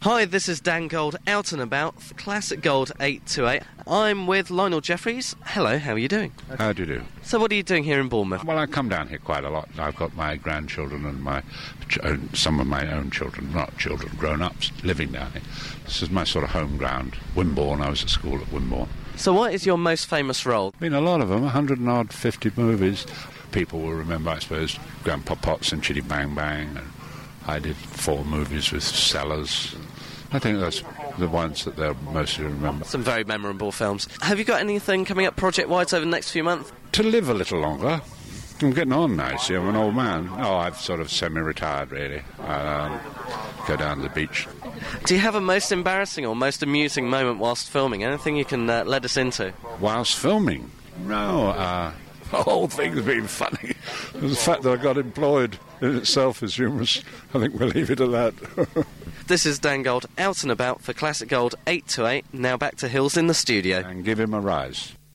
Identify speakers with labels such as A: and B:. A: Hi, this is Dan Gold out and about, Classic Gold 828. I'm with Lionel Jeffries. Hello, how are you doing?
B: How do you do?
A: So, what are you doing here in Bournemouth?
B: Well, I come down here quite a lot. I've got my grandchildren and my ch- own, some of my own children, not children, grown-ups, living down here. This is my sort of home ground. Wimborne, I was at school at Wimborne.
A: So, what is your most famous role?
B: Been a lot of them, a hundred and odd, fifty movies. People will remember, I suppose, Grandpa Potts and Chitty Bang Bang. And I did four movies with Sellers. I think that's the ones that they'll mostly remember.
A: Some very memorable films. Have you got anything coming up project wise over the next few months?
B: to live a little longer. I'm getting on now, see, I'm an old man. Oh, I've sort of semi retired, really. I um, go down to the beach.
A: Do you have a most embarrassing or most amusing moment whilst filming? Anything you can uh, let us into?
B: Whilst filming? No, uh, the whole thing's been funny. the fact that I got employed in itself is humorous. I think we'll leave it at that.
A: This is Dan Gold out and about for Classic Gold 828. Now back to Hills in the studio.
B: and give him a rise.